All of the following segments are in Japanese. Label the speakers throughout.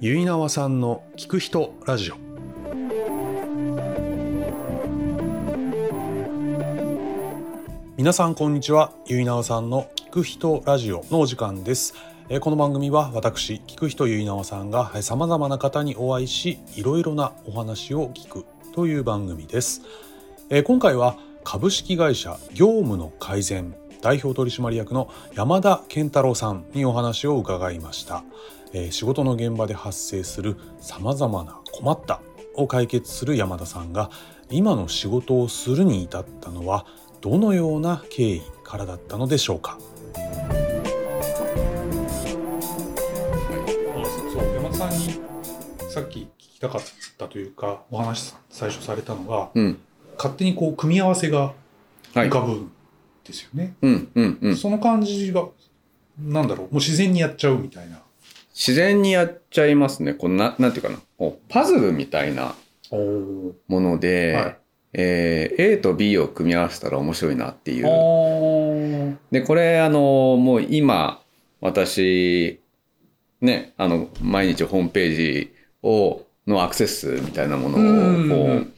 Speaker 1: ゆいなわさんの聞く人ラジオ皆さんこんにちはゆいなわさんの聞く人ラジオのお時間ですえーこの番組は私聞く人ゆいなわさんがさまざまな方にお会いしいろいろなお話を聞くという番組ですえー今回は株式会社業務の改善代表取締役の山田健太郎さんにお話を伺いました、えー仕事の現場で発生するさまざまな困ったを解決する山田さんが今の仕事をするに至ったのはどのような経緯からだったのでしょうかそう山田さんにさっき聞きたかったというかお話最初されたのが
Speaker 2: うん。
Speaker 1: 勝手にこう組み合わせが
Speaker 2: はい
Speaker 1: 浮。かぶんですよね、
Speaker 2: うんうんうん。
Speaker 1: その感じがなんだろうもう自然にやっちゃうみたいな
Speaker 2: 自然にやっちゃいますね。こんな、なんていうかな。こうパズルみたいな
Speaker 1: おお
Speaker 2: もので、
Speaker 1: はい
Speaker 2: えー A と B を組み合わせたら面白いなっていう。
Speaker 1: ー
Speaker 2: で、これ、あの、もう今、私、ね、あの、毎日ホームページを、のアクセス数みたいなものを、こう、
Speaker 1: うんうんうん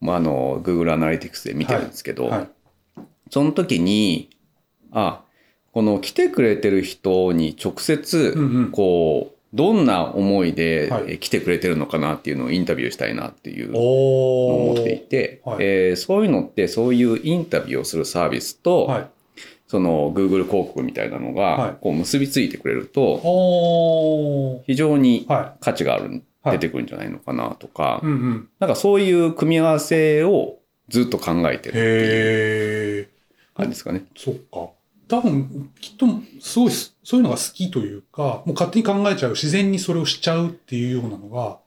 Speaker 2: まあ、あの、Google アナリティクスで見てるんですけど、
Speaker 1: はい
Speaker 2: その時に、あ、この来てくれてる人に直接、
Speaker 1: うんうん
Speaker 2: こう、どんな思いで
Speaker 1: はい
Speaker 2: え来てくれてるのかなっていうのをインタビューしたいなっていうのを
Speaker 1: お
Speaker 2: 思
Speaker 1: お
Speaker 2: っていて、
Speaker 1: はい
Speaker 2: えーそういうのってそういうインタビューをするサービスと、
Speaker 1: はい
Speaker 2: その Google 広告みたいな
Speaker 1: はい
Speaker 2: のがこう結びついてくれると、
Speaker 1: おー
Speaker 2: 非常に
Speaker 1: は
Speaker 2: 価値がある、
Speaker 1: はい
Speaker 2: 出てくるんじゃないのかなとか、
Speaker 1: いうんうん
Speaker 2: なんかそういう組み合わせをずっと考えてるってい
Speaker 1: へ
Speaker 2: う
Speaker 1: え
Speaker 2: 感じですかね。
Speaker 1: そっか多分きっとすごいすそういうのが好きというかもう勝手に考えちゃう自然にそれをしちゃうっていうようなのが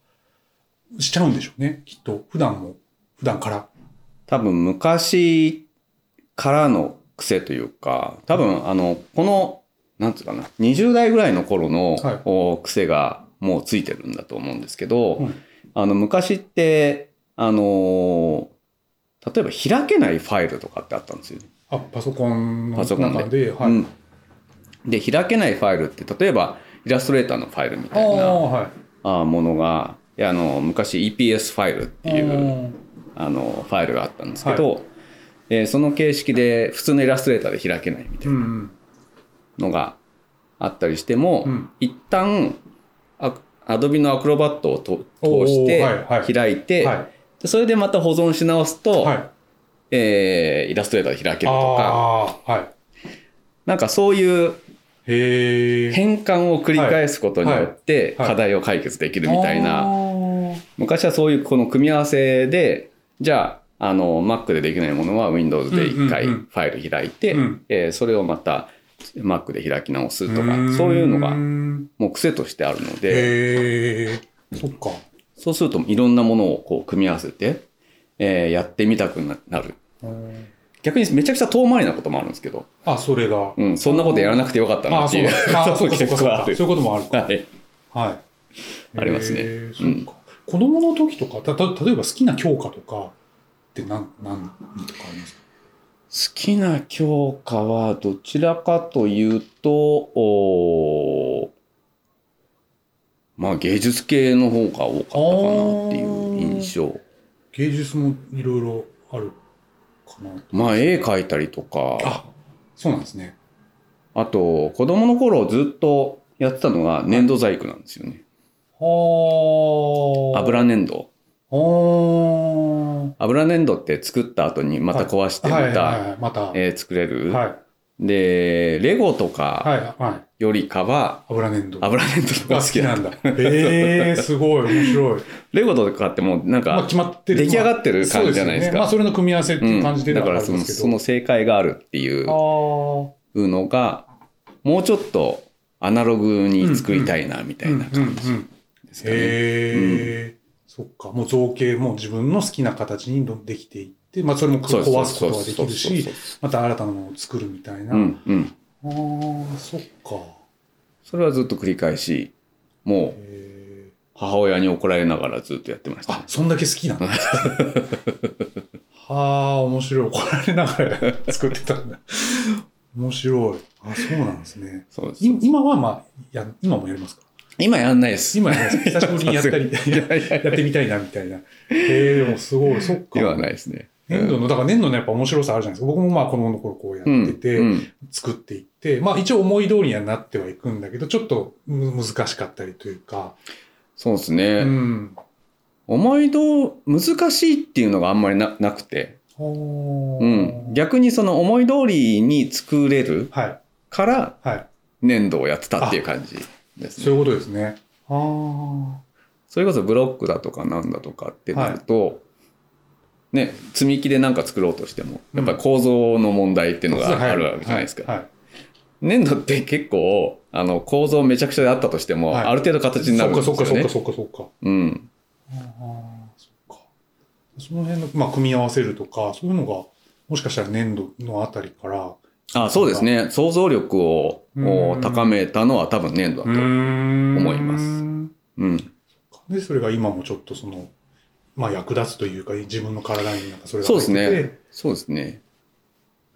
Speaker 1: しちゃうんでしょうねきっと普段も普段から
Speaker 2: 多分昔からの癖というか、多分あの、この、なんつうかな、20代ぐらいの頃の、
Speaker 1: はい
Speaker 2: お癖がもうついてるんだと思うんですけど、
Speaker 1: うん
Speaker 2: あの、昔って、あのー例えば開けないファイルとかってあったんですよね。
Speaker 1: あパソコンの
Speaker 2: パソコンで
Speaker 1: 中ではい、
Speaker 2: うんで、開けないファイルって、例えばイラストレーターのファイルみ
Speaker 1: あ
Speaker 2: たい
Speaker 1: あ
Speaker 2: な
Speaker 1: はい
Speaker 2: あーものが、いやあの昔 EPS ファイルっていう、
Speaker 1: うん
Speaker 2: あのファイルがあったんですけど、えーその形式で普通のイラストレーターで開けないみたい
Speaker 1: うん
Speaker 2: なのがあったりしても、
Speaker 1: うん
Speaker 2: 一旦アアドビのアクロバットをと
Speaker 1: おー
Speaker 2: 通して
Speaker 1: はいはい
Speaker 2: 開いて、
Speaker 1: は
Speaker 2: でそれでまた保存し直す
Speaker 1: い
Speaker 2: と、
Speaker 1: はい
Speaker 2: えーイラストレーターで開けるとか
Speaker 1: ああはい
Speaker 2: なんかそういう
Speaker 1: へえ
Speaker 2: 変換を繰り返すことによって
Speaker 1: はいはい
Speaker 2: 課題を解決できるみたいな、
Speaker 1: あー
Speaker 2: 昔はそういうこの組み合わせでじゃああの Mac でできないものは Windows で1回
Speaker 1: うんう
Speaker 2: フ
Speaker 1: んうん
Speaker 2: ァイル開いて、
Speaker 1: うん
Speaker 2: えーそれをまた Mac で開き直すと
Speaker 1: うー
Speaker 2: か
Speaker 1: ん
Speaker 2: そういうのがもう癖としてあるので
Speaker 1: へえそっか
Speaker 2: そうするといろんなものをこう組み合わせて、えーやってみたくななる
Speaker 1: うん
Speaker 2: 逆にめちゃくちゃ遠回りなこともあるんですけど、
Speaker 1: あそれが
Speaker 2: うん、そんなことやらなくてよかった
Speaker 1: あ
Speaker 2: な
Speaker 1: あ
Speaker 2: って
Speaker 1: そう
Speaker 2: いう
Speaker 1: だあーそ
Speaker 2: そうう
Speaker 1: かそうかそ
Speaker 2: 結
Speaker 1: う
Speaker 2: 構あ
Speaker 1: かそうい
Speaker 2: る
Speaker 1: うこともあるか
Speaker 2: はい
Speaker 1: はい
Speaker 2: ありますね
Speaker 1: へーそっか子供の時とかたた例えば好きな教科とかってなんなんとかありますか
Speaker 2: 好きな教科はどちらかというと、おーまあ芸術系の方が多かったかなっていう印象。
Speaker 1: 芸術もいろいろあるかな
Speaker 2: まあ絵描いたりとか、
Speaker 1: あそうなんですね
Speaker 2: あと子供の頃ずっとやってたのが粘土細工なんですよね。
Speaker 1: は
Speaker 2: 油粘土。
Speaker 1: あ
Speaker 2: 油粘土って作った後にまた壊してま
Speaker 1: はいはい
Speaker 2: た
Speaker 1: はい、また。はい。
Speaker 2: えー作れる。
Speaker 1: は
Speaker 2: で、レゴとか
Speaker 1: い。はい。
Speaker 2: よりかは
Speaker 1: 油粘土。
Speaker 2: 油粘土の方が
Speaker 1: が
Speaker 2: 好
Speaker 1: 好
Speaker 2: き
Speaker 1: き
Speaker 2: な
Speaker 1: なんん
Speaker 2: だ。
Speaker 1: だ。ええー、すごい、面白い。
Speaker 2: レゴとかってもうなん
Speaker 1: まあ、
Speaker 2: か
Speaker 1: 決まってる。
Speaker 2: 出来上
Speaker 1: っ
Speaker 2: がってる感じじゃないですか。
Speaker 1: まあ、それの組み合わせっていう感じで
Speaker 2: うん、だか
Speaker 1: はあ
Speaker 2: ら
Speaker 1: る
Speaker 2: そ
Speaker 1: ん
Speaker 2: の
Speaker 1: ですけ
Speaker 2: そ
Speaker 1: ど
Speaker 2: の正解があるっていうのがもうちょっとアナログに作りたいなみたいな
Speaker 1: ああ。うんうんう
Speaker 2: 感じ
Speaker 1: ん。
Speaker 2: ですかね。
Speaker 1: ええそっか。もう造形も自分の好きな形にどんできていって、まあ、それも
Speaker 2: そうそ
Speaker 1: 壊
Speaker 2: う
Speaker 1: す
Speaker 2: そ
Speaker 1: こ
Speaker 2: う
Speaker 1: とができる
Speaker 2: そう
Speaker 1: し
Speaker 2: そう、そ
Speaker 1: また新たなものを作るみたいな。
Speaker 2: ううんうん。
Speaker 1: ああ、そっか。
Speaker 2: それはずっと繰り返し、もう
Speaker 1: えー
Speaker 2: 母親に怒られながらずっとやってました
Speaker 1: あ
Speaker 2: ね。
Speaker 1: そんだけ好きなん だ。はあ面白い怒られながら 作ってたんだ。面白い。あそうなんですね。
Speaker 2: そうです。
Speaker 1: い今はまあや今もやりますか
Speaker 2: 今やんないです。
Speaker 1: 今や ね、久しぶりにやったり、
Speaker 2: いやいや
Speaker 1: やってみたいなみたいな。へえでもすごい、そっか
Speaker 2: 今。はないですね。
Speaker 1: 粘土の、だから粘土のやっぱ面白さあるじゃないですか。僕もまあ子供の頃こうや
Speaker 2: うん
Speaker 1: ってて、
Speaker 2: うん
Speaker 1: 作っていって、まあ一応思い通りにはなってはいくんだけど、ちょっとむ難しかったりというか。
Speaker 2: そうです
Speaker 1: う
Speaker 2: ね。
Speaker 1: ん。
Speaker 2: 思いど難しいっていうのがあんまりななくて、
Speaker 1: ほー
Speaker 2: うん、逆にその思い通りに作れる
Speaker 1: はい。
Speaker 2: から
Speaker 1: はい。
Speaker 2: 粘土をやってたっていう感じです
Speaker 1: そう
Speaker 2: ね。
Speaker 1: いうことですね。ああ。
Speaker 2: それこそブロックだとかなんだとかってなると、ね、積み木で何か作ろうとしてもやっぱり構造の問題っていうのがあるわけじゃないですか。
Speaker 1: はい。はい
Speaker 2: 粘土って結構あの構造めちゃくちゃであったとしても、
Speaker 1: はい
Speaker 2: ある程度形になるんです
Speaker 1: そ
Speaker 2: よ
Speaker 1: っかそっか
Speaker 2: ね。
Speaker 1: そっかそっかそっか。
Speaker 2: うん、
Speaker 1: ああ、そっか。その辺の、まあ組み合わせるとか、そういうのが、もしかしたら粘土のあたりから、
Speaker 2: あそうですね想像力を
Speaker 1: うん
Speaker 2: 高めたのは多分粘土だと、
Speaker 1: 思
Speaker 2: 思いますうん
Speaker 1: で、それが今もちょっとその、まあ役立つというか、自分の体になんかそれが
Speaker 2: そう
Speaker 1: 入
Speaker 2: で
Speaker 1: ってて。
Speaker 2: すねそうですね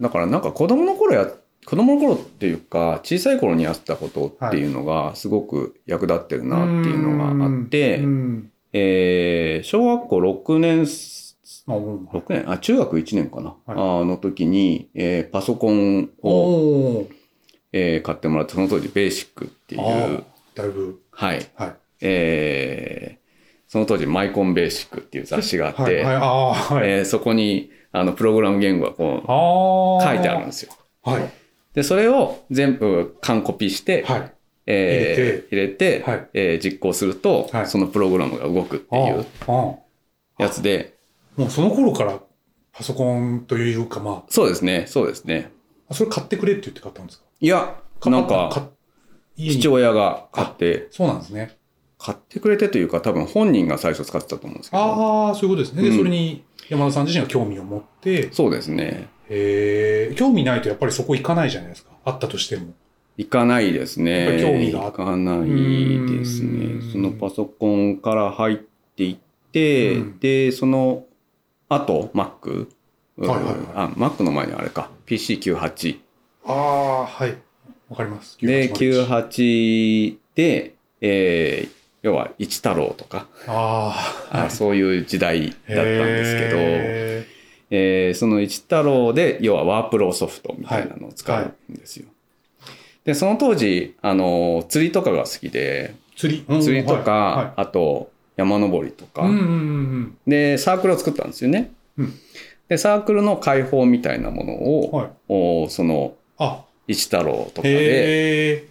Speaker 2: だからなんか子供の頃や子供の頃っていうか小さい頃にやってたことっていうのがすごく役立ってるなっていうのがあって、
Speaker 1: うん
Speaker 2: えー小学校6年
Speaker 1: まあうん
Speaker 2: 6年あ中学1年かな、
Speaker 1: は
Speaker 2: あの時に、えーパソコンを
Speaker 1: おー
Speaker 2: えー買ってもらって、その当時ベーシックってい
Speaker 1: あ
Speaker 2: う、
Speaker 1: あだいぶ、
Speaker 2: はい、
Speaker 1: はい。
Speaker 2: えーその当時マイコンベーシックっていう雑誌があっ
Speaker 1: はい、
Speaker 2: て、
Speaker 1: はい、ああ、はい。
Speaker 2: えーそこにあのプログラム言語がこう
Speaker 1: ああ。
Speaker 2: 書いてあるんですよ。
Speaker 1: はい。
Speaker 2: で、それを全部完コピして、
Speaker 1: はい。
Speaker 2: えー入れて、
Speaker 1: はい
Speaker 2: えー実行すると、
Speaker 1: はい
Speaker 2: そのプログラムが動くって
Speaker 1: あ
Speaker 2: いう
Speaker 1: あああ
Speaker 2: やつで、
Speaker 1: もうその頃からパソコンというか、ま
Speaker 2: そうですね、そうですね。
Speaker 1: あ、それ買ってくれって言って買ったんですか
Speaker 2: いや、なんか、、
Speaker 1: 家に
Speaker 2: 父親が買って、
Speaker 1: そうなんですね。
Speaker 2: 買ってくれてというか、多分本人が最初使ってたと思うんですけど、
Speaker 1: ああ、そういうことですね。で、
Speaker 2: うん
Speaker 1: それに山田さん自身が興味を持って、
Speaker 2: そうですね。
Speaker 1: えー興味ないとやっぱりそこ行かないじゃないですか。あったとしても。
Speaker 2: 行かないです
Speaker 1: やっぱ
Speaker 2: ね。
Speaker 1: り興味があっ
Speaker 2: 行かないです
Speaker 1: う
Speaker 2: ね
Speaker 1: ーん。
Speaker 2: そのパソコンから入っていって、
Speaker 1: うん
Speaker 2: で、その後、Mac。
Speaker 1: はいはいはい
Speaker 2: あ、Mac の前にあれか。PC98。
Speaker 1: ああ、はい。わかります。
Speaker 2: で、
Speaker 1: 98
Speaker 2: 98で、えー要は一太郎とか、
Speaker 1: ああ、
Speaker 2: あそういう時 代だったんですけど、
Speaker 1: へ
Speaker 2: えーその一太郎で要はワープロソフトみたいなのを使うんですよ。でその当時あの釣りとかが好きで
Speaker 1: ー釣り、うん
Speaker 2: 釣りとか、
Speaker 1: はいは
Speaker 2: あと山登りとか、
Speaker 1: いうんうんうん
Speaker 2: でサークルを作ったんですよね。
Speaker 1: うん
Speaker 2: でサークルの開放みたいなもの
Speaker 1: うん。
Speaker 2: を、
Speaker 1: はい。
Speaker 2: おその
Speaker 1: あ、
Speaker 2: 一太郎とかで、
Speaker 1: へえ。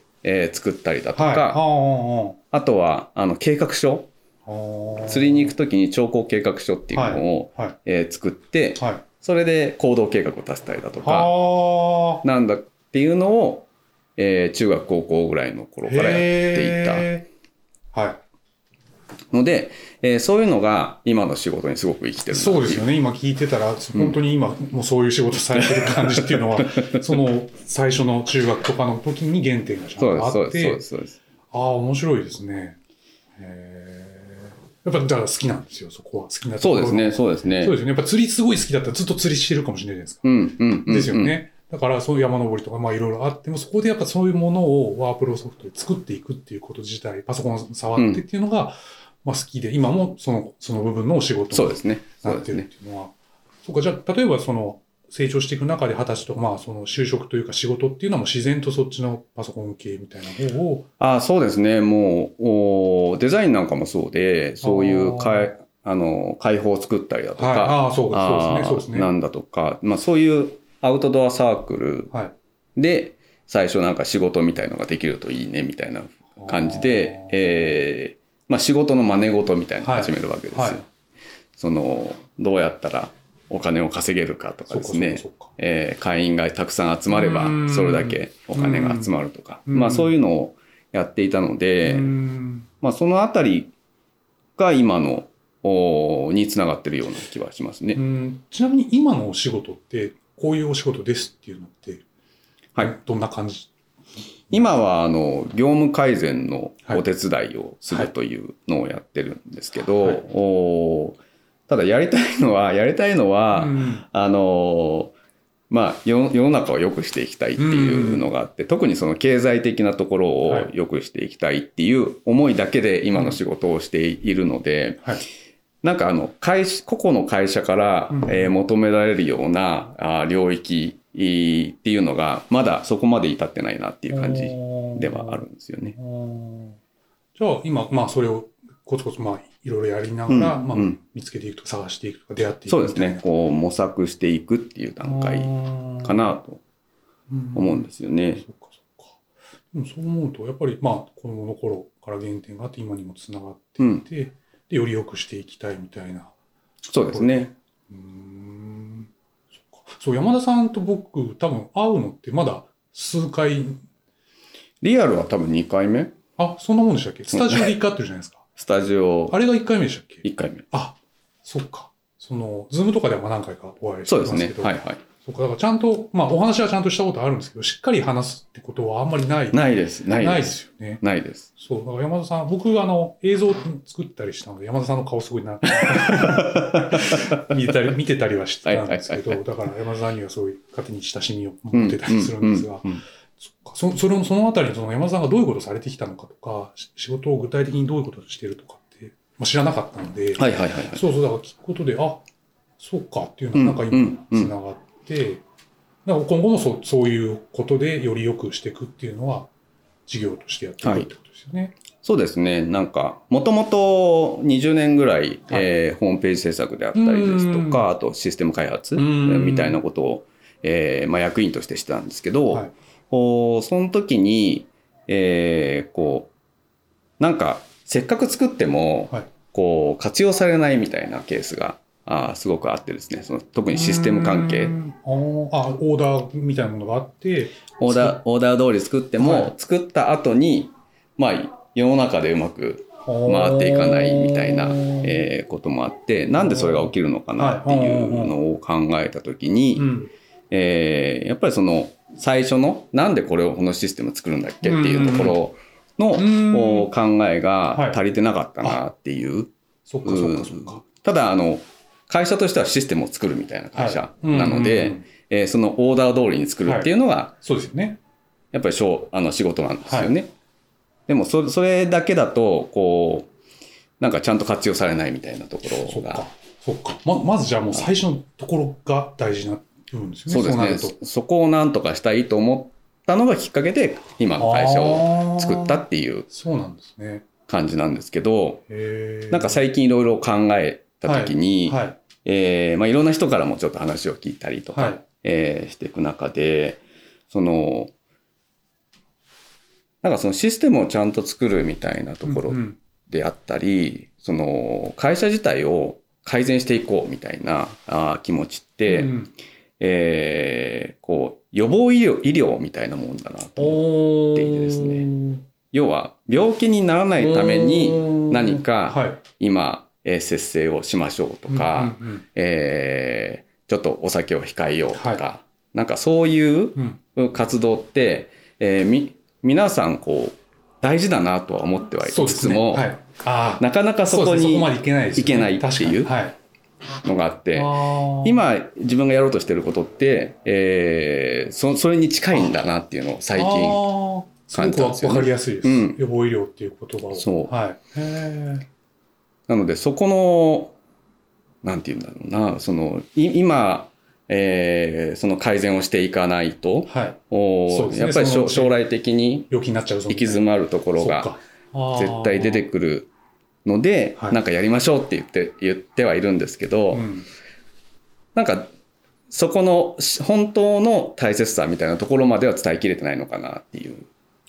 Speaker 2: えー作ったりだとか、
Speaker 1: はい。あー
Speaker 2: あとはあの計画書
Speaker 1: あーあー。
Speaker 2: 釣りに行く時に兆候計画書っていうのを、
Speaker 1: はい。はい。
Speaker 2: えー作って
Speaker 1: はい。
Speaker 2: それで行動計画を出せたりだと
Speaker 1: あ
Speaker 2: か。
Speaker 1: あ。
Speaker 2: なんだっていうのを、えー中学高校ぐらいの頃からやってい
Speaker 1: へーは
Speaker 2: たので、えーそういうのが今の仕事にすごく生きて
Speaker 1: い。
Speaker 2: るな
Speaker 1: そうで
Speaker 2: ってい
Speaker 1: すよね。今聞いてたら、本当に今、もうそういう仕事されてる感じっていうのは、その、最初の中学とかの時に原点がちゃん
Speaker 2: そうで
Speaker 1: と
Speaker 2: すそ
Speaker 1: あ
Speaker 2: う
Speaker 1: っ
Speaker 2: ですそうで
Speaker 1: て、
Speaker 2: すそうです
Speaker 1: ああ、面白いですね。へーやっぱ、だから好きなんですよ、そこは。好きなと
Speaker 2: そ
Speaker 1: ころ
Speaker 2: うで
Speaker 1: が
Speaker 2: すねそうですね
Speaker 1: そうですよね。やっぱ釣りすごい好きだったらずっと釣りしてるかもしれないじゃないですか。
Speaker 2: うんうんうんうん
Speaker 1: ですよね。だからそういう山登りとかまあいろいろあっても、そこでやっぱそういうものをワープロソフトで作っていくっていうこと自体、パソコンを触ってっていうのが、まあ好きで、今もその、その部分のお仕事
Speaker 2: そう
Speaker 1: に
Speaker 2: ですねそ
Speaker 1: な
Speaker 2: う
Speaker 1: っ
Speaker 2: で
Speaker 1: て
Speaker 2: す
Speaker 1: るっ
Speaker 2: ね
Speaker 1: ていうのは。そうか、じゃあ例えばその、成長していく中で果たしと、まあその就職というか仕事っていうのはもう自然とそっちのパソコン系みたいな方を、
Speaker 2: あそうですねもうおーデザインなんかもそうでそういうかいあの開放を作ったりだとか、
Speaker 1: はい、ああ、そう
Speaker 2: あ
Speaker 1: か
Speaker 2: ー
Speaker 1: そうですね、そうです
Speaker 2: な
Speaker 1: ね。
Speaker 2: んだとか、まあ、そういうアウトドアサークル
Speaker 1: はい。
Speaker 2: で最初なんか仕事みたいのができるといいねみたいな感じで
Speaker 1: あー、
Speaker 2: えーまあ、仕事の真似事みたいなのを
Speaker 1: はい
Speaker 2: 始めるわけですよ、
Speaker 1: はい
Speaker 2: そのどうやったらお金を稼げるかとか
Speaker 1: そう
Speaker 2: で
Speaker 1: か
Speaker 2: す
Speaker 1: そうか
Speaker 2: ね
Speaker 1: そうか。
Speaker 2: えー会員がたくさん集まれば
Speaker 1: うん
Speaker 2: それだけお金が集まるとか、
Speaker 1: うん
Speaker 2: まあ、そういうのをやっていたので、
Speaker 1: うん
Speaker 2: まあ、そのあたりが今のおーにつながってるような気はしますね。
Speaker 1: うんちなみに今のお仕事って、こういうお仕事ですっていうのって、
Speaker 2: はい、
Speaker 1: どんな感じ
Speaker 2: 今はあの業務改善の
Speaker 1: はい
Speaker 2: お手伝いをす
Speaker 1: は
Speaker 2: る
Speaker 1: い
Speaker 2: というのをやってるんですけど、
Speaker 1: はい
Speaker 2: おーただやりたいのはやりたいのは、
Speaker 1: うん
Speaker 2: あのーまあ、世世の中を良くしていきたいっていうのがあって、特にその経済的なところを
Speaker 1: はい
Speaker 2: 良くしていきたいっていう思いだけで今の仕事をしているので、
Speaker 1: はい
Speaker 2: なんかあの会社個々の会社から、
Speaker 1: うん
Speaker 2: えー求められるようなあー領域えーっていうのがまだそこまで至ってないなっていう感じではあるんですよね。
Speaker 1: うんじゃあ今、まあ、それをコツコツ、まあ、いろいろやりながら、
Speaker 2: うん
Speaker 1: まあ
Speaker 2: うん
Speaker 1: 見つけていくとか探していくとか出会っていく
Speaker 2: そう
Speaker 1: み
Speaker 2: で
Speaker 1: た
Speaker 2: す
Speaker 1: いな
Speaker 2: ね。こう模索していくっていう段階かなと思うん
Speaker 1: す、
Speaker 2: ですよね。
Speaker 1: そっかそっかでもそう思うとやっぱりまあ子供の頃から原点があって今にもつながっていて、でより良くしていきたいみたいな
Speaker 2: そうですね。
Speaker 1: うーんそっかそう山田さんと僕多分会うのってまだ数回
Speaker 2: リアルは多分2回目
Speaker 1: あそんなもんでしたっけスタジオで一回会ってるじゃないですか
Speaker 2: スタジオ
Speaker 1: あれが一回目でしたっけ
Speaker 2: 1回目。
Speaker 1: あそっかそのズームとかではまあ何回かお会いして
Speaker 2: そう
Speaker 1: ま
Speaker 2: ですす
Speaker 1: けど
Speaker 2: ね。はいはい。
Speaker 1: そっかだからちゃんとまあお話はちゃんとしたことあるんですけどしっかり話すってことはあんまりない
Speaker 2: ないです。ない
Speaker 1: ない
Speaker 2: で。
Speaker 1: ですすよね
Speaker 2: ないです。
Speaker 1: そう、だから山田さん、僕、あの、映像を作ったりしたので、山田さんの顔すごい なって見てたり、見てたりはしてたんですけど、
Speaker 2: はい
Speaker 1: だから山田さんにはそういう勝手に親しみを持ってたりするんですが、
Speaker 2: うんうんうん
Speaker 1: そっかそそれもそのあたりのその山田さんがどういうことをされてきたのかとか、し仕事を具体的にどういうことをしてるとかって、まあ、知らなかったので、
Speaker 2: はいはいはいはい。
Speaker 1: そうそう、だから聞くことで、あ、そうかっていうのがなんか今
Speaker 2: うん、うん
Speaker 1: つながって、だから今後もそうそういうことでより良くしていくっていうのは、事業としてやっていくってことですよね。
Speaker 2: そうですね。なんか、もともと20年ぐらい、えーホームページ制作であったりですと
Speaker 1: う
Speaker 2: か、あとシステム開発
Speaker 1: うん
Speaker 2: みたいなことを、えーまあ、役員としてしてたんですけど、
Speaker 1: はい
Speaker 2: こうその時に、えーこう、なんか、せっかく作っても、
Speaker 1: はい
Speaker 2: こう、活用されないみたいなケースが、あーすごくあってですね、その特にシステム関係
Speaker 1: うーんあーあオーダーみたいなものがあって
Speaker 2: オーダー、オーダー通り作っても、
Speaker 1: はい
Speaker 2: 作った後に、まあ、世の中でうまく回っていかないみたいな、えーこともあって、なんでそれが起きるのかなっていうのを考えた時に、
Speaker 1: うん
Speaker 2: えーやっぱりその、最初の、なんでこれを、このシステム作るんだっけっていうところの、
Speaker 1: うん
Speaker 2: お考え
Speaker 1: は
Speaker 2: が
Speaker 1: い
Speaker 2: 足りてなかったなっていう。
Speaker 1: そっかそっかそっか
Speaker 2: ただ、あの、会社としてはシステムを作るみたいな会社
Speaker 1: はいうん
Speaker 2: なの
Speaker 1: うんう
Speaker 2: で
Speaker 1: ん、
Speaker 2: えーそのオーダー通りに作るっていうのが、
Speaker 1: そうですよね
Speaker 2: やっぱりしょうあの仕事なんですよね。でもそ、それだけだと、こう、なんかちゃんと活用されないみたいなとこ
Speaker 1: そ
Speaker 2: ろ
Speaker 1: っか
Speaker 2: が。
Speaker 1: そっかままずじゃあもう最初のところが大事な部分ですよね
Speaker 2: そうです
Speaker 1: な
Speaker 2: ね
Speaker 1: ると
Speaker 2: そ。そこをなんとかしたいと思ったのがきっかけで、今の会社を
Speaker 1: を
Speaker 2: 作ったっていう
Speaker 1: そうなんですね
Speaker 2: 感じなんですけど、
Speaker 1: へー
Speaker 2: なんか最近いろいろ考えた時に、
Speaker 1: はい
Speaker 2: えーまあ、いろんな人からもちょっと話を聞いたりとか、
Speaker 1: はい
Speaker 2: えーしていく中でそのなんかそのシステムをちゃんと作るみたいなところ
Speaker 1: うんうん
Speaker 2: であったり、その会社自体を改善していこうみたいなあー気持ちって、
Speaker 1: うん
Speaker 2: えーこう予防医療医療みたいなもんだなと
Speaker 1: お
Speaker 2: っていてですね要は病気にならないために何か今、えー節制をしましょうとか、
Speaker 1: うんうん
Speaker 2: えーちょっとお酒を控えようとか、
Speaker 1: は
Speaker 2: なんかそういう
Speaker 1: うんうん
Speaker 2: 活動って、えーみ皆さんこう大事だなとは思ってはい
Speaker 1: そう
Speaker 2: つ
Speaker 1: で
Speaker 2: つ
Speaker 1: すね
Speaker 2: も、
Speaker 1: はいあー
Speaker 2: なかなかそ
Speaker 1: そう
Speaker 2: こ
Speaker 1: ですねそ
Speaker 2: に
Speaker 1: こまでいけないですよね
Speaker 2: いけないっていう
Speaker 1: 確かにはい
Speaker 2: のがあって、
Speaker 1: あー
Speaker 2: 今自分がやろうとしてることって、えーそそれに近いんだなっていうのを最
Speaker 1: あ
Speaker 2: 近
Speaker 1: ー
Speaker 2: 感じたんですす
Speaker 1: ごくわ
Speaker 2: よね
Speaker 1: かりやすいです、
Speaker 2: うん
Speaker 1: 予防医療っていう言葉を
Speaker 2: そう
Speaker 1: はい、へー
Speaker 2: なのでそこのなんて言うんだろうなそのい今、えーその改善をしていかないと
Speaker 1: はい、
Speaker 2: おー
Speaker 1: そうですね
Speaker 2: やっぱりしょ
Speaker 1: その
Speaker 2: 将来的に
Speaker 1: 病気になっちゃうぞ
Speaker 2: 行き詰まるところが
Speaker 1: が
Speaker 2: 絶対出てくるので、
Speaker 1: はい
Speaker 2: なんかやりましょうって言って言ってはいるんですけど、
Speaker 1: うん、
Speaker 2: なんかそこのし本当の大切さみたいなところまでは伝えきれてないのかなっていう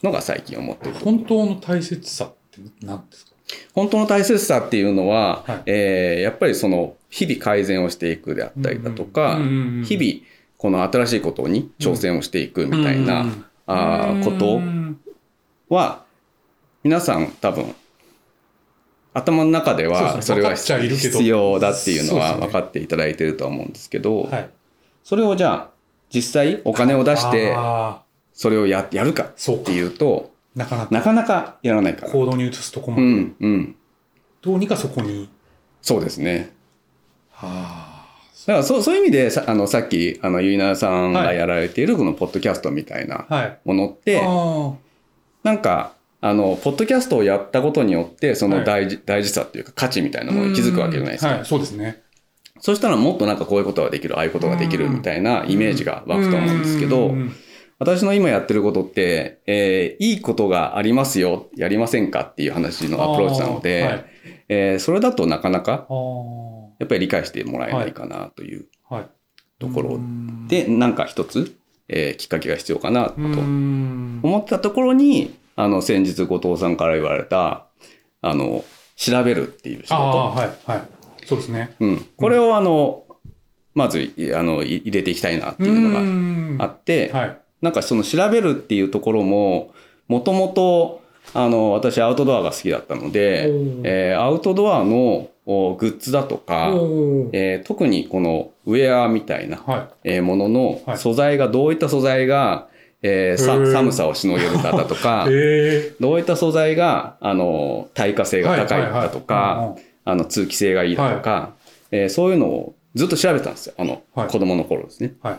Speaker 2: のが最近思ってる
Speaker 1: 本当の大切さって何ですか
Speaker 2: 本当の大切さっていうのは、
Speaker 1: はい
Speaker 2: えーやっぱりその日々改善をしていくであったりだとか、
Speaker 1: うんうんうん
Speaker 2: 日々この新しいことに挑戦をしていくみたいな、
Speaker 1: うんうんうん
Speaker 2: あーこと
Speaker 1: うん
Speaker 2: は皆さん多分頭の中で
Speaker 1: そう
Speaker 2: は
Speaker 1: ですね
Speaker 2: それは
Speaker 1: 分かっちゃいるけど
Speaker 2: 必要だっていうの
Speaker 1: そ
Speaker 2: は
Speaker 1: うですね
Speaker 2: 分かっていただいてるとは思うんですけど
Speaker 1: はい、
Speaker 2: それをじゃあ実際お金を出して
Speaker 1: あ
Speaker 2: それをややるか
Speaker 1: ーそう
Speaker 2: って
Speaker 1: か
Speaker 2: いうと
Speaker 1: なかなか
Speaker 2: なかなかやらないから。
Speaker 1: 行動に移すとこも、
Speaker 2: うんうん
Speaker 1: どうにかそこに
Speaker 2: そうですね。
Speaker 1: ああ
Speaker 2: だからそそういう意味でさあのさっきあのゆいなさんが
Speaker 1: はい
Speaker 2: やられているこのポッドキャストみたいな
Speaker 1: はい。
Speaker 2: ものって、
Speaker 1: あ
Speaker 2: なんかあのポッドキャストをやったことによってそ
Speaker 1: は
Speaker 2: の
Speaker 1: い
Speaker 2: 大事,、大事さっていうか価値みたい
Speaker 1: あ
Speaker 2: なものに気づくわけじゃないですか、
Speaker 1: はい、そうですね。
Speaker 2: そしたらもっとなんかこういうことができるああいうことができるみたいなイメージが湧くと思うんですけど、
Speaker 1: うん
Speaker 2: 私の今やってることって、えーいいことがありますよやりませんかっていう話のアプローチなので、
Speaker 1: あーはい
Speaker 2: えーそれだとなかなか
Speaker 1: あー
Speaker 2: やっぱり理解してもらえないかなという
Speaker 1: はい。
Speaker 2: ところ
Speaker 1: うん
Speaker 2: で、なんか一つ、えーきっかけが必要かなと
Speaker 1: うん
Speaker 2: 思ったところに、あの、先日後藤さんから言われた、あの、調べるっていう仕
Speaker 1: ああ、
Speaker 2: 事。
Speaker 1: はい、はい。そうですね。
Speaker 2: うん。これをあの、まず、いあの、い入れていきたいなっていうの
Speaker 1: の
Speaker 2: があって、
Speaker 1: はい。
Speaker 2: なんかその調べるっていうところも、もともと、あの、私アウトドアが好きだったので、えーアウトドアのおグッズだとか、
Speaker 1: おー
Speaker 2: えー特にこのウェアみたいな
Speaker 1: は
Speaker 2: えーもの
Speaker 1: はい
Speaker 2: の素材がどういった素材が、えーさ
Speaker 1: へー
Speaker 2: 寒さをしのげるかだとか
Speaker 1: い。、え
Speaker 2: どういった素材があの耐火性
Speaker 1: え。
Speaker 2: が高いだとか、あの通気性がいいだとか、えーそういうのをずっと調べてたんですよあの、
Speaker 1: はい
Speaker 2: 子供の頃ですね。
Speaker 1: はい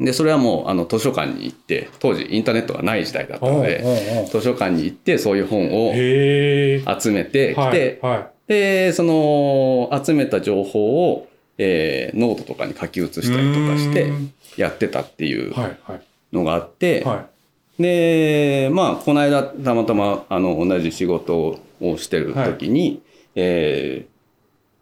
Speaker 2: でそれはもうあの図書館に行って当時インターネットがない時代だった
Speaker 1: はいはいはい。
Speaker 2: の
Speaker 1: お
Speaker 2: で
Speaker 1: ーおーおー
Speaker 2: 図書館に行ってそういう本を
Speaker 1: へえ。
Speaker 2: 集めてきて、
Speaker 1: はいはい
Speaker 2: でその集めた情報を、えーノートとかに書き写したりとかして
Speaker 1: うーん
Speaker 2: やってたっていう
Speaker 1: はいはい
Speaker 2: のがあって、
Speaker 1: は
Speaker 2: でまあこの間たまたまあの同じ仕事をしてる時に、えー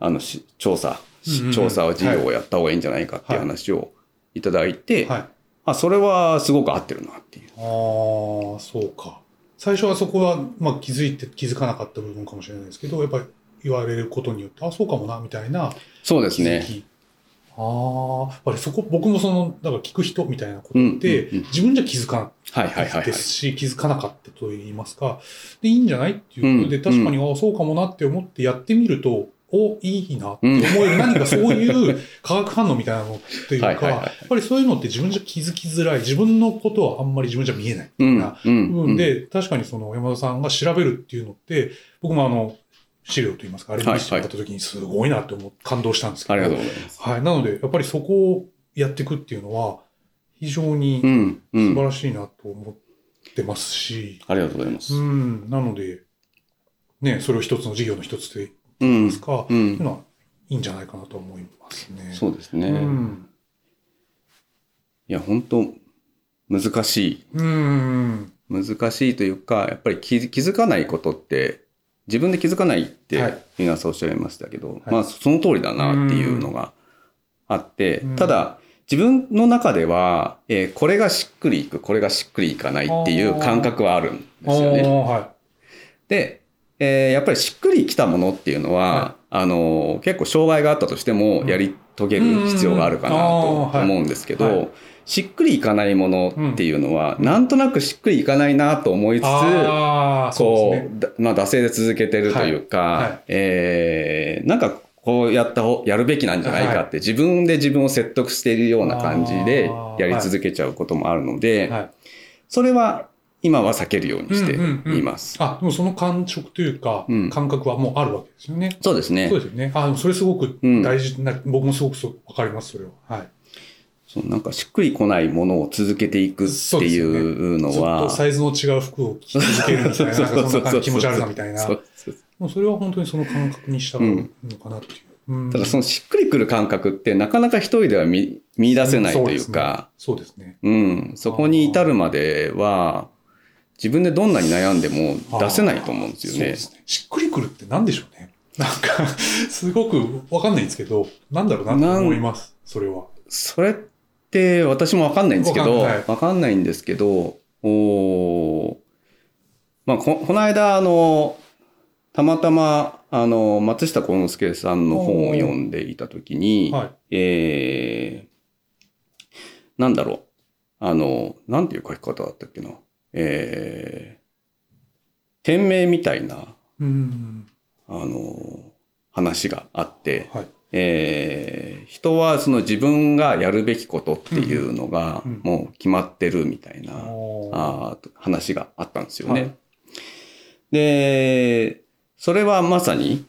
Speaker 2: あのし調査
Speaker 1: うん
Speaker 2: し
Speaker 1: うんうん
Speaker 2: 調査を事業をやった方がいいんじゃないかっていう話をいただいて、
Speaker 1: い。はい。あ
Speaker 2: あそれはすごく合ってるなっていう。
Speaker 1: あー、そうか。最初はそこは、まあ、気づいて気づかなかった部分かもしれないですけど、やっぱり言われることによって、あ、そうかもな、みたいな
Speaker 2: そうです
Speaker 1: 気づ
Speaker 2: ね。
Speaker 1: き。ああ、やっぱりそこ、僕もその、だから聞く人みたいなことって、
Speaker 2: うんうんうん
Speaker 1: 自分じゃ気づかな
Speaker 2: はいはい
Speaker 1: か
Speaker 2: は
Speaker 1: っ
Speaker 2: い
Speaker 1: た
Speaker 2: は
Speaker 1: で
Speaker 2: い。
Speaker 1: すし、気づかなかったといいますか、で、いいんじゃないっていうことで、
Speaker 2: うん
Speaker 1: 確かに、ああ、そうかもなって思ってやってみると、お、いいなって思える、 何かそういう化学反応みたいなのっていうか、
Speaker 2: はいはいはい
Speaker 1: やっぱりそういうのって自分じゃ気づきづらい、自分のことはあんまり自分じゃ見えない。
Speaker 2: うん
Speaker 1: な
Speaker 2: う
Speaker 1: 部
Speaker 2: んう
Speaker 1: 分
Speaker 2: ん、
Speaker 1: で、確かにその山田さんが調べるっていうのって、僕もあの、資料といいますか、あれにしてもらった時にすごいなって思う、感動したんですけど、
Speaker 2: ありがとうございます。
Speaker 1: はい。なので、やっぱりそこをやっていくっていうのは、非常
Speaker 2: う
Speaker 1: に
Speaker 2: んう
Speaker 1: 素
Speaker 2: ん
Speaker 1: 晴。らしいなと思ってますし、
Speaker 2: ありがとうございま
Speaker 1: う
Speaker 2: す。
Speaker 1: ん、なので、ね、それを一つの事業の一つで
Speaker 2: う
Speaker 1: いい
Speaker 2: ん
Speaker 1: です。か、
Speaker 2: う。
Speaker 1: っていうんのはいいんじゃないかなと思いますね。
Speaker 2: そうですね。
Speaker 1: うん。
Speaker 2: いや、本当難しい。
Speaker 1: うん。
Speaker 2: 難しいというか、やっぱり気気づかないことって、自分で気づかないっ
Speaker 1: は
Speaker 2: て
Speaker 1: い、
Speaker 2: 皆さんおっしゃいましたけど、まあ、その通りだなっていうのがあって
Speaker 1: うん、
Speaker 2: ただ、自分の中では、えーこれがしっくりいく、これがしっくりいかないっていう感覚はあるんですよね。
Speaker 1: おーは
Speaker 2: で、えーやっぱりしっくりきたものっていうのは、
Speaker 1: は
Speaker 2: あのー結構障害があったとしても
Speaker 1: うん
Speaker 2: やり遂げる必要があるかな
Speaker 1: うんうんうんあー
Speaker 2: と
Speaker 1: はい
Speaker 2: 思うんですけど、
Speaker 1: はい
Speaker 2: しっくりいかないものっていうのは、
Speaker 1: うん
Speaker 2: なんとなくしっくりいかないなと思い
Speaker 1: い。
Speaker 2: つつ、
Speaker 1: ああ、そう
Speaker 2: こう
Speaker 1: ですね。
Speaker 2: だまあ、惰性で続けてるというか、
Speaker 1: はいはい
Speaker 2: えーなんかこうやったほやるべきなんじゃないかって、自分で自分を説得しているような感じで
Speaker 1: あー
Speaker 2: やり続けちゃうこともあるので、
Speaker 1: はい。
Speaker 2: それは今は避けるようにして
Speaker 1: うんうんうん
Speaker 2: います。
Speaker 1: あ、でもその感触というか、
Speaker 2: うん
Speaker 1: 感覚はもうあるわけですよね。
Speaker 2: そうですね
Speaker 1: そうですよね。あ、でもそれすごく
Speaker 2: うん
Speaker 1: 大事な、僕もすごくそうわかります、それは。はい。
Speaker 2: そうなんかしっくりこないものを続けていくっていうの
Speaker 1: ずっ
Speaker 2: は
Speaker 1: とサイズの違う服を着続けるみたい な、なんかそんな感じ気持ち悪さみたいな。
Speaker 2: そうそうそう
Speaker 1: もうそれは本当にその感覚に従うのかなっていう。うん
Speaker 2: ただそのしっくりくる感覚ってなかなか一人では見見出せないというか、
Speaker 1: そうですね。
Speaker 2: うん、そこに至るまでは自分でどんなに悩んでも出せないと思うんですよ
Speaker 1: そう
Speaker 2: ね
Speaker 1: で。すね。しっくりくるって何でしょうね。なんか、すごくわかんないんですけど、なんだろうなと思います、それは。
Speaker 2: それって私もわかんないんですけど、
Speaker 1: わかんない
Speaker 2: わか,、んないんですけど、おーまあ、ここの間、あの、たまたま、あの、松下幸之助さんの本を読んでいたときに、
Speaker 1: はい。
Speaker 2: えー、なんだろう、あの、なんていう書き方だったっけな、えー、店名みたいな、
Speaker 1: うん。
Speaker 2: あの、話があって、
Speaker 1: はい。
Speaker 2: えー人はその自分がやるべきことっていうのが
Speaker 1: うんうん
Speaker 2: もう決まってるみたいな、
Speaker 1: おー
Speaker 2: あー話があったんですよね。
Speaker 1: はい
Speaker 2: でそれはまさに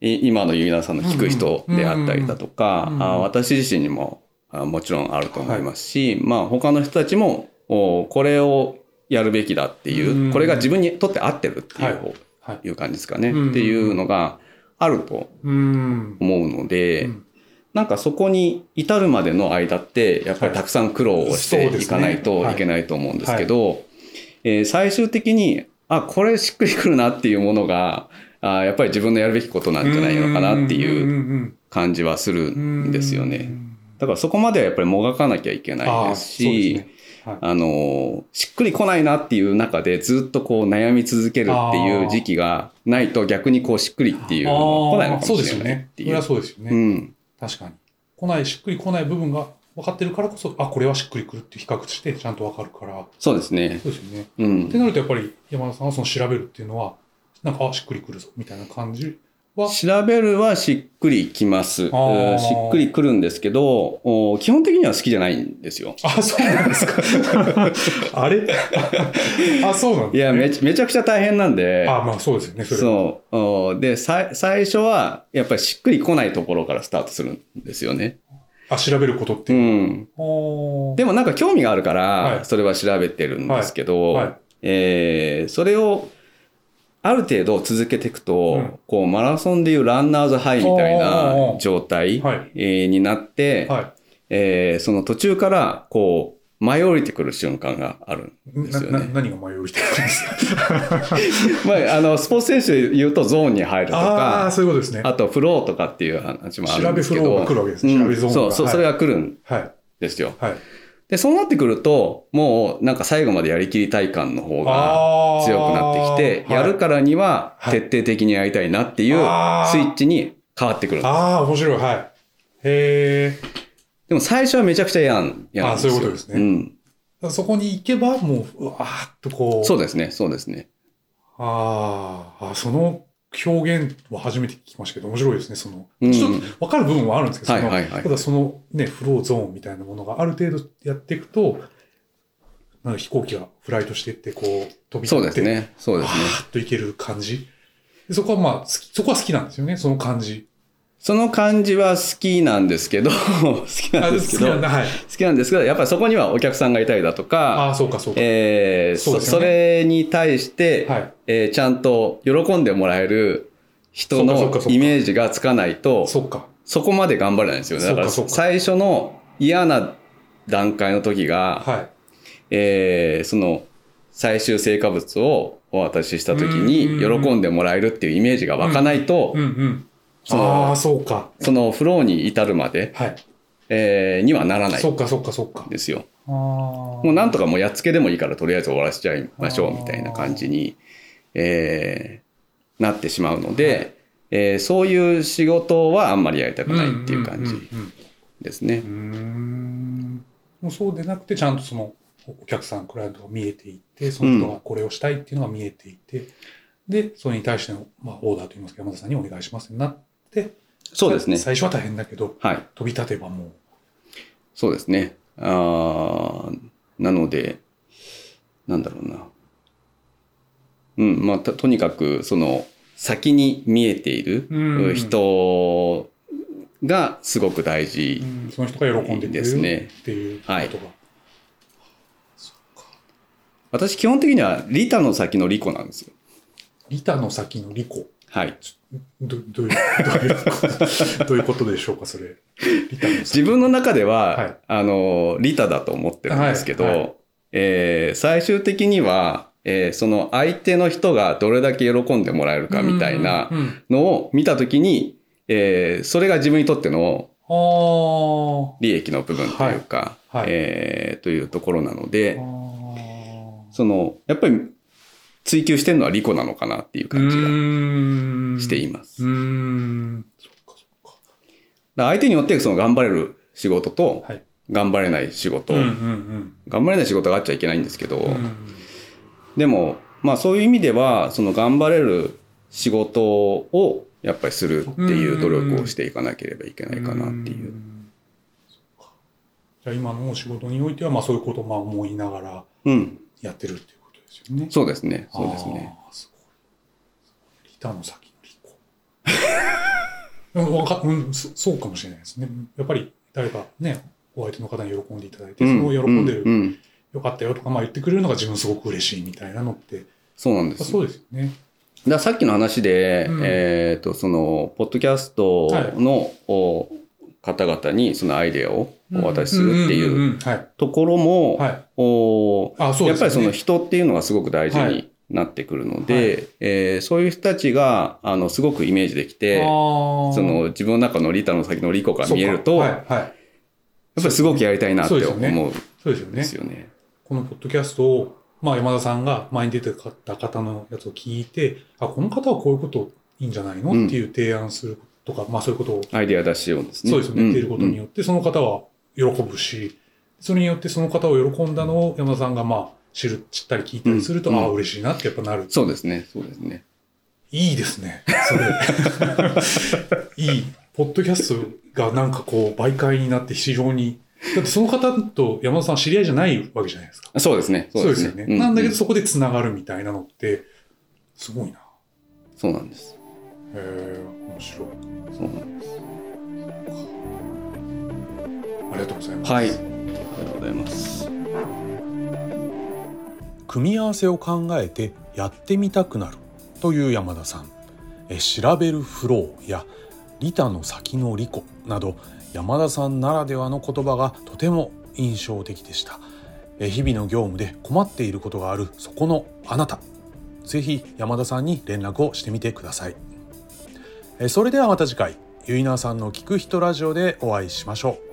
Speaker 2: い今の結菜さんの聞く人であったりだとか、
Speaker 1: うんうんうん
Speaker 2: あ私自身にもあもちろんあると思いますし、まあ他の人たちもおこれをやるべきだっていう、
Speaker 1: うん
Speaker 2: これが自分にとって合ってるっていう,、
Speaker 1: はいはい
Speaker 2: いう感じですかね、
Speaker 1: うんうん
Speaker 2: っていうのがあると
Speaker 1: うん。
Speaker 2: 思うので、なんかそこに至るまでの間ってやっぱりたくさん苦労をし
Speaker 1: はいそう
Speaker 2: て
Speaker 1: で
Speaker 2: い
Speaker 1: すね
Speaker 2: かないと
Speaker 1: はい
Speaker 2: いけないと思うんですけど、えー最終的にあこれしっくりくるなっていうものがあやっぱり自分のやるべきことなんじゃないのかなっていう
Speaker 1: う
Speaker 2: 感じはするんですよね。。だからそこまではやっぱりもがかなきゃいけないですし、
Speaker 1: あーそうですねはい
Speaker 2: あのーしっくりこないなっていう中でずっとこう悩み続けるっていう時期がないと逆にこうしっくりっていうのが来ないの
Speaker 1: あー
Speaker 2: か
Speaker 1: そう
Speaker 2: も
Speaker 1: で
Speaker 2: し
Speaker 1: すよ
Speaker 2: れないっ
Speaker 1: ね。
Speaker 2: て
Speaker 1: そ
Speaker 2: い
Speaker 1: れは
Speaker 2: う。
Speaker 1: そうですよね。
Speaker 2: うん
Speaker 1: 確かに。来ない、しっくり来ない部分が分かってるからこそ、あ、これはしっくりくるって比較してちゃんと分かるから。
Speaker 2: そうですね。
Speaker 1: そうですよね。
Speaker 2: う
Speaker 1: っ
Speaker 2: ん
Speaker 1: て。なると、やっぱり山田さんはその調べるっていうのは、なんか、あ、しっくりくるぞ、みたいな感じは。
Speaker 2: 調べるはしっくりきます。え
Speaker 1: ー
Speaker 2: ーしっくりくるんですけど、お基本的には好きじゃないんですよ。
Speaker 1: あ、そうなんですか。あれあ、そうなん
Speaker 2: い
Speaker 1: だ。
Speaker 2: や、めちめちゃくちゃ大変なんで、
Speaker 1: あ、まあそうですよね、それは。
Speaker 2: そうお。で、さい最初は、やっぱりしっくりこないところからスタートするんですよね。
Speaker 1: あ、調べることって
Speaker 2: う
Speaker 1: いう。
Speaker 2: ん。
Speaker 1: おー
Speaker 2: でもなんか興味があるから、
Speaker 1: はい
Speaker 2: それは調べてるんですけど、
Speaker 1: はいはい
Speaker 2: えーそれを、ある程度続けていくと、
Speaker 1: うん
Speaker 2: こうマラソンでいうランナーズハイみたいな状態、
Speaker 1: はい
Speaker 2: えーになって、
Speaker 1: は
Speaker 2: えーその途中からこう舞い降りてくる瞬間がある
Speaker 1: い。
Speaker 2: んですよ
Speaker 1: な
Speaker 2: ね。
Speaker 1: な何が迷いしてるんですか
Speaker 2: まあ、あのスポーツ選手で言うとゾーンに入ると
Speaker 1: ああー、
Speaker 2: か
Speaker 1: そういうことですね。
Speaker 2: あとフローとかっていう話もあるんですけど
Speaker 1: 調べフローが来るわけですね
Speaker 2: うん
Speaker 1: 調べゾーンが
Speaker 2: そうそう
Speaker 1: はい
Speaker 2: それが来るん
Speaker 1: はい。
Speaker 2: ですよ。
Speaker 1: はい。
Speaker 2: でそうなってくるともうなんか最後までやりきり体感の方が
Speaker 1: あー
Speaker 2: 強くなってきてやるからには
Speaker 1: はい
Speaker 2: 徹底的にやりたいなっていう
Speaker 1: あー
Speaker 2: スイッチに変わってくる。
Speaker 1: ああ、面白い。はい。へ
Speaker 2: でも最初はめちゃくちゃ嫌なん嫌なんですよ。
Speaker 1: あーそういうことですね
Speaker 2: ん
Speaker 1: え。そこに行けば、もう、うわーっとこう。
Speaker 2: そう
Speaker 1: う
Speaker 2: ですねそうですね。
Speaker 1: あーあ、その表現は初めて聞きましたけど、面白いですね。その、
Speaker 2: うん
Speaker 1: ちょっと分かる部分はあるんですけど、
Speaker 2: はい
Speaker 1: その
Speaker 2: はいはい
Speaker 1: ただそのね、フローゾーンみたいなものがある程度やっていくと、なんか飛行機がフライトしてって、こう、飛び立って、
Speaker 2: そうですねそうですね。
Speaker 1: わーっといける感じ。でそこはまあ好き、そこは好きなんですよね、その感じ。
Speaker 2: その感じは好きなんですけど、 好きなんですけど、
Speaker 1: あ好きなん
Speaker 2: 好
Speaker 1: だ、はい。
Speaker 2: きなんですけど、やっぱりそこにはお客さんがいたりだと
Speaker 1: あ
Speaker 2: か、
Speaker 1: あ、そうか、そうか。
Speaker 2: えー
Speaker 1: そう
Speaker 2: そ
Speaker 1: ですよ
Speaker 2: そ
Speaker 1: ね
Speaker 2: れに対して、
Speaker 1: はい。
Speaker 2: えーちゃんと喜んでもらえる人
Speaker 1: そうかそうか
Speaker 2: の
Speaker 1: そうか
Speaker 2: イメージがつかないと、
Speaker 1: そっか。
Speaker 2: そこまで頑張れないんですよね。だから
Speaker 1: そうかそうか
Speaker 2: 最初の嫌な段階の時が、
Speaker 1: はい。
Speaker 2: えーその最終成果物をお渡しした時に
Speaker 1: うん
Speaker 2: 喜んでもらえるっていうイメージが湧かないと、
Speaker 1: うんうん。
Speaker 2: その
Speaker 1: ああー、そうか。
Speaker 2: そのフローに至るまで、
Speaker 1: はい。
Speaker 2: えーにはならない
Speaker 1: そ
Speaker 2: ん
Speaker 1: っか、そっか、そっか。
Speaker 2: ですよ。
Speaker 1: ああ。も
Speaker 2: もうなんとかもうやっつけでもいいからとりあえず終わらせちゃいましょうみたいな感じに、えーなってしまうので、えーそういう仕事はあんまりやりたくないっていう感じ
Speaker 1: うんうんうん
Speaker 2: ですね。
Speaker 1: うん。うーんもうそうでなくて、ちゃんとその、お客さん、クライアントが見えていて、その人がこれをしたいっていうのが見えていて、で、それに対しての、まあ、オーダーといいますか、山田さんにお願いしますになって、
Speaker 2: そうですね。
Speaker 1: 最初は大変だけど、
Speaker 2: はい。
Speaker 1: 飛び立てばもう、
Speaker 2: そうですね。あーなので、なんだろうな。うん、まあ、ととにかく、その、先に見えてい
Speaker 1: うん
Speaker 2: る人がすごく大事
Speaker 1: うんその人が喜んでくれ
Speaker 2: ですね
Speaker 1: るっていうことが。
Speaker 2: はい私基本的にはリタの先のリコなんですよ。
Speaker 1: リタの先のリコ。
Speaker 2: はい。
Speaker 1: どどういう、どういうこと、どういうことでしょうか、それ。リタの先
Speaker 2: 自分の中では、
Speaker 1: はい
Speaker 2: あの、リタだと思ってるんですけど、
Speaker 1: はいはい
Speaker 2: えー最終的には、えーその相手の人がどれだけ喜んでもらえるかみたいな
Speaker 1: うんうんうん
Speaker 2: のを見たときに、えーそれが自分にとっての
Speaker 1: あー
Speaker 2: 利益の部分というか、
Speaker 1: はいはい
Speaker 2: えーというところなの
Speaker 1: あ
Speaker 2: で、
Speaker 1: ー。
Speaker 2: その、やっぱり追求してるのはリコなのかなっていう感じが
Speaker 1: が
Speaker 2: してい
Speaker 1: ま
Speaker 2: ます。
Speaker 1: うーん。そっかそっか。
Speaker 2: だから相手によってその頑張れる仕事と、
Speaker 1: はい
Speaker 2: 頑張れない仕事、
Speaker 1: うんうん
Speaker 2: 頑張れない仕事があっちゃいけないんですけど、
Speaker 1: うん。
Speaker 2: でも、まあ、そういう意味ではその頑張れる仕事をやっぱりするっていう努力をしていかなければいけないかなっていう。
Speaker 1: ん。そっかじゃあ今のお仕事においては、まあそういうことをまあ思いながら
Speaker 2: うん、
Speaker 1: やってるっていうことですよね。
Speaker 2: そうですねそうですね。
Speaker 1: あー。すごい。リタの先のリコ。うん わかうんそそうかもしれないですね。やっぱり誰かね、お相手の方に喜んでいただいて、
Speaker 2: うん
Speaker 1: その喜んで
Speaker 2: う
Speaker 1: る、
Speaker 2: んうん
Speaker 1: よかったよとか、まあ言ってくれるのが自分すごく嬉しいみたいなのって、
Speaker 2: そうなんです
Speaker 1: そうですよね。
Speaker 2: だからさっきの話で、
Speaker 1: うん
Speaker 2: えっ、と、その、ポッドキャストの、お方々にそのアイデアをお渡しするって
Speaker 1: んん
Speaker 2: いうん
Speaker 1: んはい。
Speaker 2: ところも、
Speaker 1: はい。
Speaker 2: お
Speaker 1: あ、そうで
Speaker 2: やっ
Speaker 1: す
Speaker 2: ぱ
Speaker 1: よ
Speaker 2: りその
Speaker 1: ね。
Speaker 2: 人っていうのがすごく大事
Speaker 1: は
Speaker 2: に
Speaker 1: い
Speaker 2: なってくるので、
Speaker 1: は
Speaker 2: えーそういう人たちが、あの、すごくイメージできて、
Speaker 1: あー
Speaker 2: その、自分の中のリタの先のリコが見えると、
Speaker 1: そうか
Speaker 2: やっ
Speaker 1: はい。はい。
Speaker 2: ぱりすごくやりたいなって
Speaker 1: そうです
Speaker 2: 思
Speaker 1: よ
Speaker 2: うん
Speaker 1: ね
Speaker 2: で
Speaker 1: そうですよね。
Speaker 2: すよね。
Speaker 1: このポッドキャストを、まあ、山田さんが前に出てた方のやつを聞いて、あ、この方はこういうこといいんじゃないの、
Speaker 2: うん
Speaker 1: っていう提案するとか、まあそういうことを、
Speaker 2: アイデア出しようですね。
Speaker 1: そうですよね、
Speaker 2: ん
Speaker 1: 出ることによって、その方は喜ぶし、それによってその方を喜んだのを山田さんがまあ知る、知ったり聞いたりすると、
Speaker 2: うん
Speaker 1: ああ、嬉しいなってやっぱなる。
Speaker 2: そうですね、そうですね。
Speaker 1: いいですね。 それ。いい。ポッドキャストがなんかこう、媒介になって非常に、だってその方と山田さん知り合いじゃないわけじゃないですか。
Speaker 2: そうですね、
Speaker 1: そうですよね。
Speaker 2: う
Speaker 1: なんだけど、そこで繋がるみたいなのって、すごいな。
Speaker 2: そうなんです。
Speaker 1: へえ、面白い。
Speaker 2: そうなんです
Speaker 1: ありがとうございます。
Speaker 2: はい。ありがとうございます。
Speaker 1: 組み合わせを考えてやってみたくなるという山田さんえ調べるフローやリタの先のリコなど山田さんならではの言葉がとても印象的でしたえ日々の業務で困っていることがあるそこのあなたぜひ山田さんに連絡をしてみてくださいえそれではまた次回ゆいなーさんの聞く人ラジオでお会いしましょう